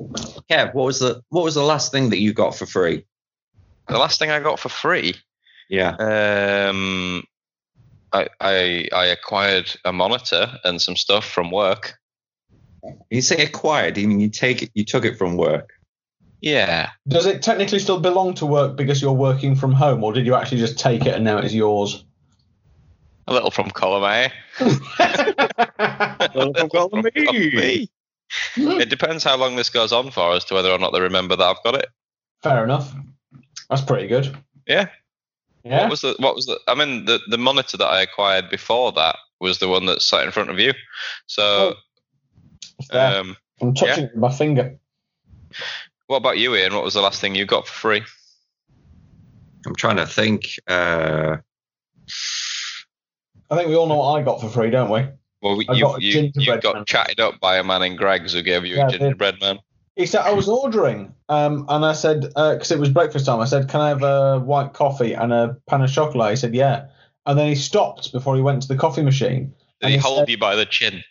Kev, what was the what was the last thing that you got for free? The last thing I got for free, Yeah. um, I, I I acquired a monitor and some stuff from work. You say acquired, you mean you take it you took it from work. Yeah, Does it technically still belong to work because you're working from home, or did you actually just take it and now it's yours? a little from column A. from column B. It depends how long this goes on for as to whether or not they remember that I've got it. Fair enough. That's pretty good. Yeah. Yeah. What was the what was the I mean the, the monitor that I acquired before that was the one that's sat in front of you. So Fair. um, I'm touching it with my finger. what about you, Ian? What was the last thing you got for free? I'm trying to think. Uh, I think we all know what I got for free, don't we? Well, I you got a you, you gingerbread got man. chatted up by a man in Greg's who gave you Yeah, I a did. gingerbread man. He said I was ordering, um, and I said because it was breakfast time. I said, "Can I have a white coffee and a pan of chocolate?" He said, "Yeah," and then he stopped before he went to the coffee machine. Did And he he hold said- you by the chin?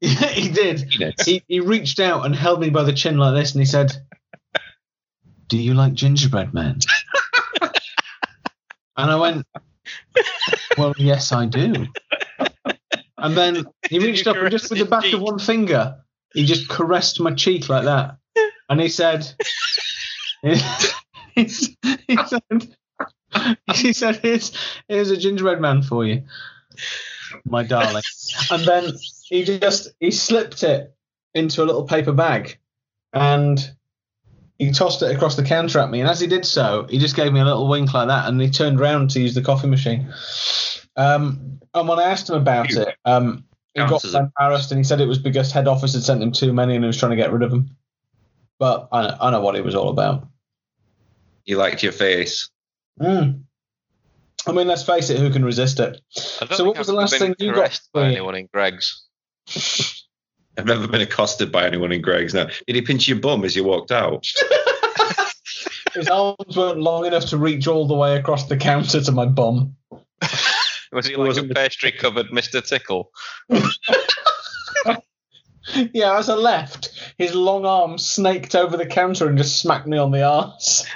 Yeah, he did. peanuts. He, he reached out and held me by the chin like this, and he said, "Do you like gingerbread man?" and I went, "Well, yes, I do." And then he Did you reached up and just caress with the his back cheek? of one finger, he just caressed my cheek like that, and he said, he, he said, he said, here's, here's a gingerbread man for you, my darling. And then he just he slipped it into a little paper bag, and he tossed it across the counter at me. And as he did so, he just gave me a little wink like that, and he turned round to use the coffee machine. Um, and when I asked him about Phew. it, um, he got Counts as a- embarrassed, and he said it was because head office had sent him too many, and he was trying to get rid of them. But I know, I know what it was all about. you liked your face. Mm. I mean, let's face it, who can resist it? I don't So, think what was I've the last been thing you got? caressed by for- anyone in Greg's? I've never been accosted by anyone in Greg's now. Did he pinch your bum as you walked out? His arms weren't long enough to reach all the way across the counter to my bum. Was he It like a wasn't- pastry covered Mr. Tickle? Yeah, as I left, his long arm snaked over the counter and just smacked me on the arse.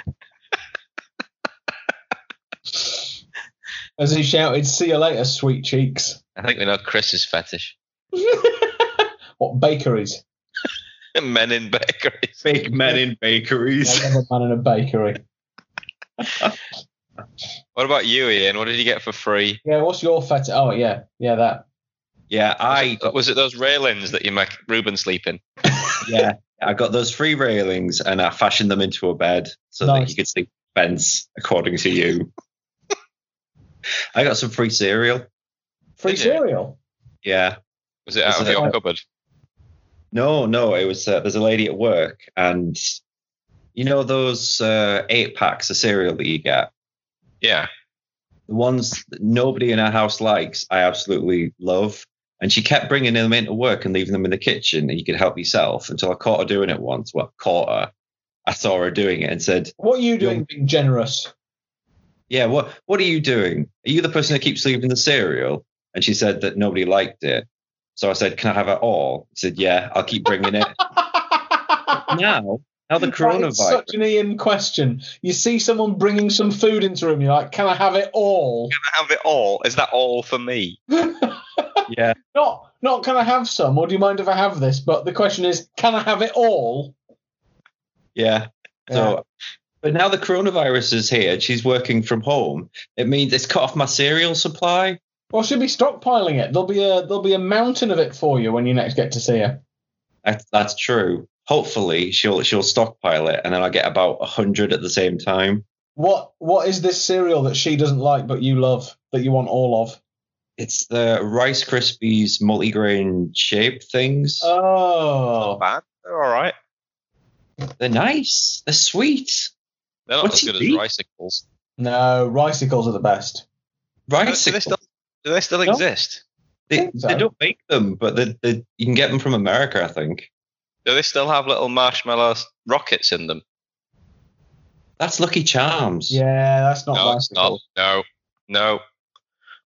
as he shouted, "See you later, sweet cheeks." I think we know Chris's fetish. what bakeries? Men in bakeries. Big men in Yeah, bakeries. I love a man in a bakery. What about you, Ian? What did you get for free? Yeah, what's your fetish? Oh yeah, yeah that. Yeah, I got Was it those railings that you make Ruben sleep in? yeah, I got those three railings and I fashioned them into a bed so that Nice. you could sleep on the fence according to you. I got some free cereal. Free Did you? cereal. Yeah. Was it out Was of it- your cupboard? No, no, it was uh, there's a lady at work and you know those uh, eight packs of cereal that you get? Yeah. The ones that nobody in our house likes, I absolutely love. And she kept bringing them into work and leaving them in the kitchen and you could help yourself until I caught her doing it once. Well, caught her. I saw her doing it and said, What are you doing? Yum. Being generous. yeah, what what are you doing? Are you the person who keeps leaving the cereal? And she said that nobody liked it. So I said, can I have it all? She said, yeah, I'll keep bringing it. now, now the That is coronavirus. Such an Ian question. You see someone bringing some food into him, you're like, can I have it all? I have it all. Is that all for me? yeah, Not, not can I have some, or do you mind if I have this? But the question is, can I have it all? yeah. Yeah. So, but now the coronavirus is here and she's working from home. It means it's cut off my cereal supply. Well, she'll be stockpiling it. There'll be a there'll be a mountain of it for you when you next get to see her. That's, that's true. Hopefully, she'll she'll stockpile it and then I'll get about 100 at the same time. What what is this cereal that she doesn't like but you love that you want all of? It's the Rice Krispies multigrain shape things. Oh, bad. They're all right. They're nice. They're sweet. They're not What's as he good eat? as ricicles. no, ricicles are the best. Do they Rice. still, do they still No. exist? They, think so. they don't make them, but they, they, you can get them from America, I think. Do they still have little marshmallow rockets in them? That's Lucky Charms. Yeah, that's not no, it's ricicles. not. No,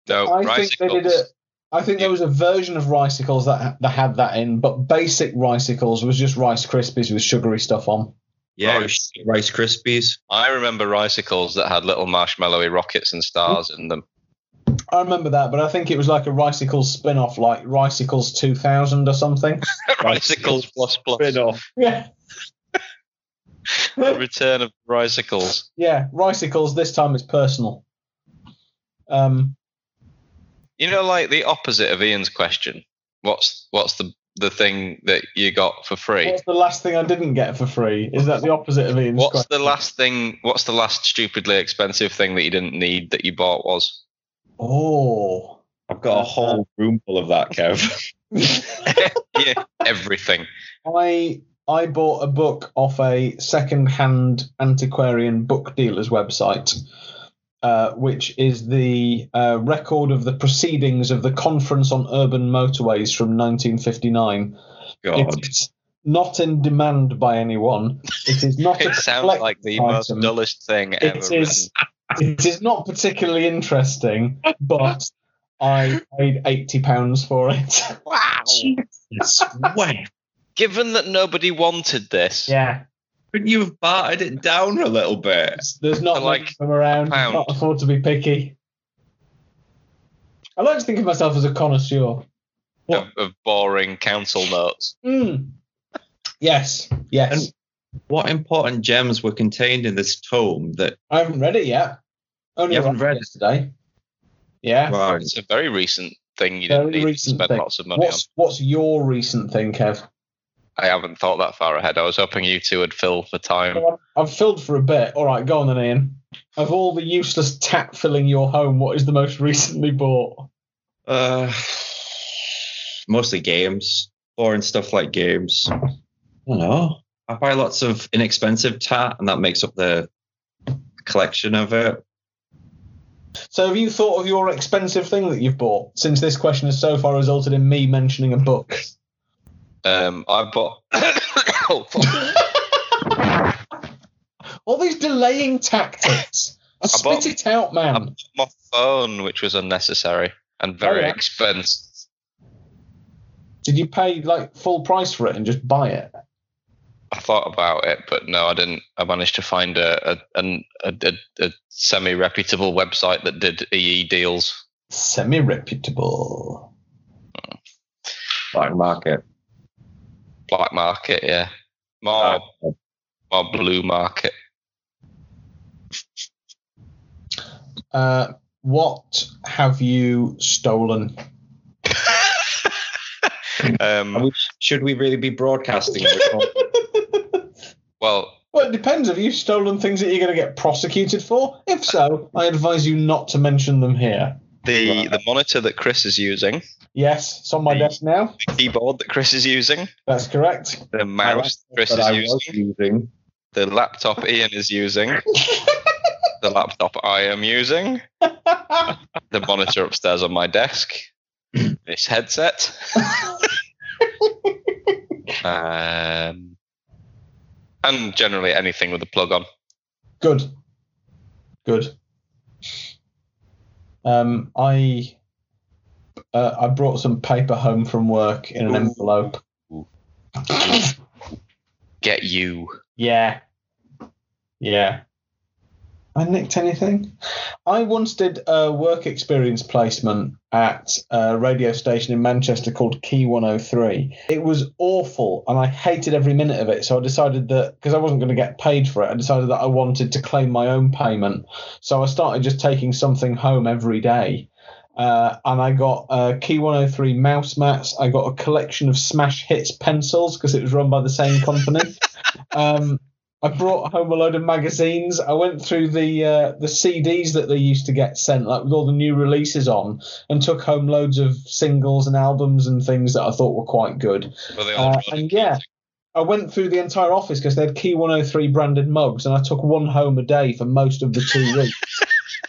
no, no. I think they ricicles. did it. I think there was a version of ricicles that that had that in, but basic ricicles was just Rice Krispies with sugary stuff on. Yeah, Rice. Rice Krispies. I remember ricycles that had little marshmallowy rockets and stars in them. I remember that, but I think it was like a Ricicles spin off, like Ricicles 2000 or something. ricycles plus plus. off. Yeah. The return of ricycles. Yeah, Ricicles, this time it's personal. Um, You know, like the opposite of Ian's question. What's what's the the thing that you got for free? what's the last thing I didn't get for free? Is that the opposite of Ian's What's question? the last thing? What's the last stupidly expensive thing that you didn't need that you bought was? Oh. I've got a whole room full of that, Kev. yeah, everything. I I bought a book off a second-hand antiquarian book dealer's website, uh, which is the uh, record of the proceedings of the Conference on Urban Motorways from 1959. God. It's not in demand by anyone. It is not. a It sounds collect- like the item. most dullest thing ever. It is. It is not particularly interesting, but I paid eighty pounds for it. written. Wow. Wait, Given that nobody wanted this, Yeah. couldn't you have bartered it down a little bit? There's not For, like like, them around. a pound. Can't afford to be picky. I like to think of myself as a connoisseur. of, of boring council notes. Mm. Yes, yes. And- What important gems were contained in this tome that I haven't read it yet. Only You haven't read arrived it? yesterday. Yeah. Right. It's a very recent thing you Very didn't need to recent spend thing. lots of money What's What's your recent thing, Kev? on. I haven't thought that far ahead. I was hoping you two would fill for time. Well, I've I've filled for a bit. All right, go on then, Ian. Of all the useless tap filling your home, what is the most recently bought? Uh, mostly games, boring stuff like games. I don't know. I buy lots of inexpensive tat, and that makes up the collection of it. So, have you thought of your expensive thing that you've bought? Since this question has so far resulted in me mentioning a book. Um, I bought. Oh, fuck. All these delaying tactics. Spit bought- it out, man. I bought my phone, which was unnecessary and very Oh, yeah. expensive. Did you pay like full price for it and just buy it? I thought about it, but no, I didn't. I managed to find a a, an- a, a, a semi reputable website that did EE deals. Semi reputable. Black market. Black market, yeah. More, Ah. more blue market. Uh, what have you stolen? um, Are we- should we really be broadcasting? it? Well, Well, it depends. Have you stolen things that you're going to get prosecuted for? If so, I advise you not to mention them here. the Right. the monitor that Chris is using, Yes, it's on my desk now. the keyboard that Chris is using, That's correct. the My mouse that Chris laptop that is I using, was using. the laptop Ian is using, the laptop I am using, the monitor upstairs on my desk, this headset. um, and generally anything with a plug on. Good. Good. Um, I uh, I brought some paper home from work in an Ooh. envelope. Get you. yeah. Yeah. I nicked anything. I once did a work experience placement at a radio station in Manchester called Key 103. It was awful and I hated every minute of it. So I decided that because I wasn't going to get paid for it, I decided that I wanted to claim my own payment so I started just taking something home every day. Uh, and I got uh, Key 103 mouse mats. I got a collection of Smash Hits pencils because it was run by the same company. um, I brought home a load of magazines. I went through the uh, the CDs that they used to get sent, like with all the new releases on, and took home loads of singles and albums and things that I thought were quite good. Well, they all Uh, run and yeah, I went through the entire office because they had Key 103 branded mugs, and I took one home a day for most of the two weeks.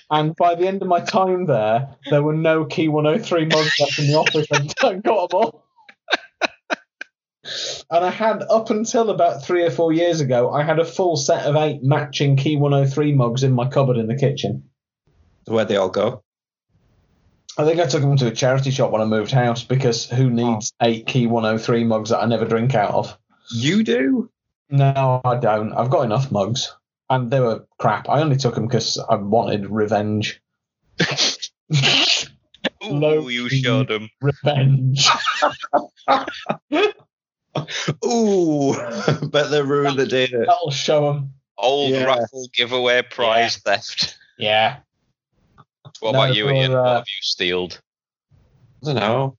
And by the end of my time there, there were no Key 103 mugs left in the office. and I got them all. And I had, up until about three or four years ago, I had a full set of eight matching Key 103 mugs in my cupboard in the kitchen. Where'd they all go? I think I took them to a charity shop when I moved oh house because who needs eight Key 103 mugs that I never drink out of? You do? No, I don't. I've got enough mugs, and they were crap. I only took them because I wanted revenge. Ooh, No. you showed him. Revenge. Ooh, but they ruined the day. that- That'll show them. Old Yeah. raffle giveaway prize theft. Yeah. What No, about you, for, Ian? What uh, have you stealed? I don't know.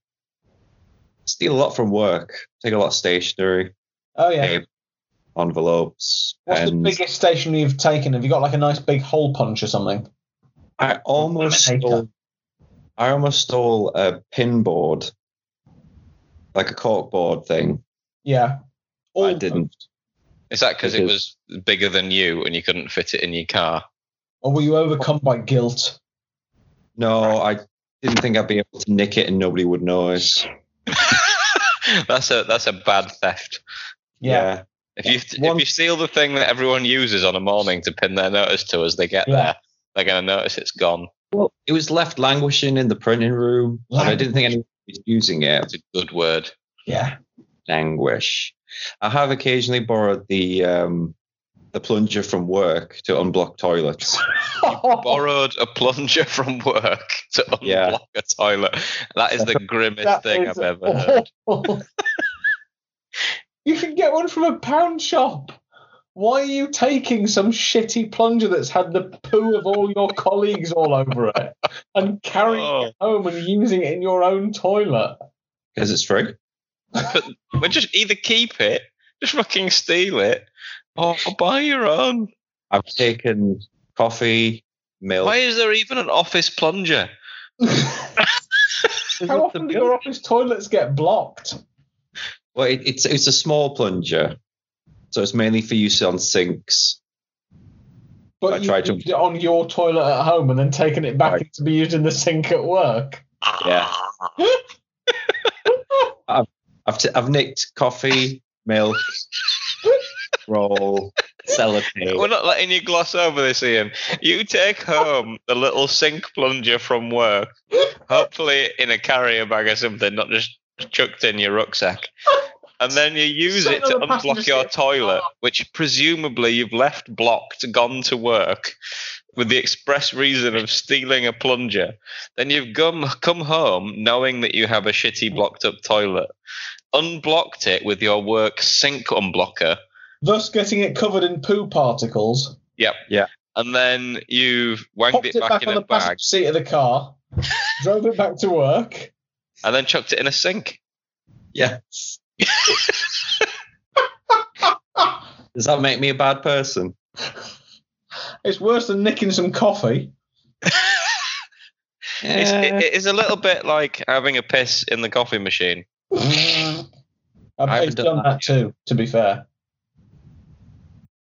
Steal a lot from work. Take a lot of stationery, Oh yeah. paper, envelopes, What's and the biggest station you've taken? Have you got like a nice big hole punch or something? I almost Laminator. stole. I almost stole a pin board, like a corkboard thing. Yeah. I Oh. didn't. Is that because it Because- was bigger than you and you couldn't fit it in your car? Or were you overcome by guilt? No, I didn't think I'd be able to nick it and nobody would notice. that's a that's a bad theft. If you One- if you steal the thing that everyone uses on a morning to pin their notice to as they get Yeah. there, they're gonna notice it's gone. Well, it was left languishing in the printing room, and I didn't think anyone was using it. That's a good word. Yeah. Languish. I have occasionally borrowed the um, the plunger from work to unblock toilets. Borrowed a plunger from work to unblock Yeah. a toilet. That is the grimmest That thing is I've ever heard. awful. you can get one from a pound shop. Why are you taking some shitty plunger that's had the poo of all your colleagues all over it and carrying Oh. it home and using it in your own toilet? Because it's free. Well, just either keep it, just fucking steal it, or buy your own. I've taken coffee, milk. Why is there even an office plunger? How often do your office toilets get blocked? Well, it, it's it's a small plunger, so it's mainly for use on sinks. But I you tried to- used it on your toilet at home and then taken it back Right. to be used in the sink at work. Yeah. I've I've, t- I've nicked coffee, milk, roll, cellotape. We're not letting you gloss over this, Ian. You take home the little sink plunger from work, hopefully in a carrier bag or something, not just chucked in your rucksack. And then you use Some it of to the passengers unblock your get- toilet, which presumably you've left blocked, gone to work with the express reason of stealing a plunger. Then you've come, come home knowing that you have a shitty blocked up toilet, unblocked it with your work sink unblocker, Thus getting it covered in poo particles. and then you've wanked Popped it back, in on a the passenger bag, seat of the car. drove it back to work. and then chucked it in a sink. Yes. Does that make me a bad person? It's worse than nicking some coffee. It's, Eh, it, it is a little bit like having a piss in the coffee machine. I've haven't it's done done that that too, to be fair.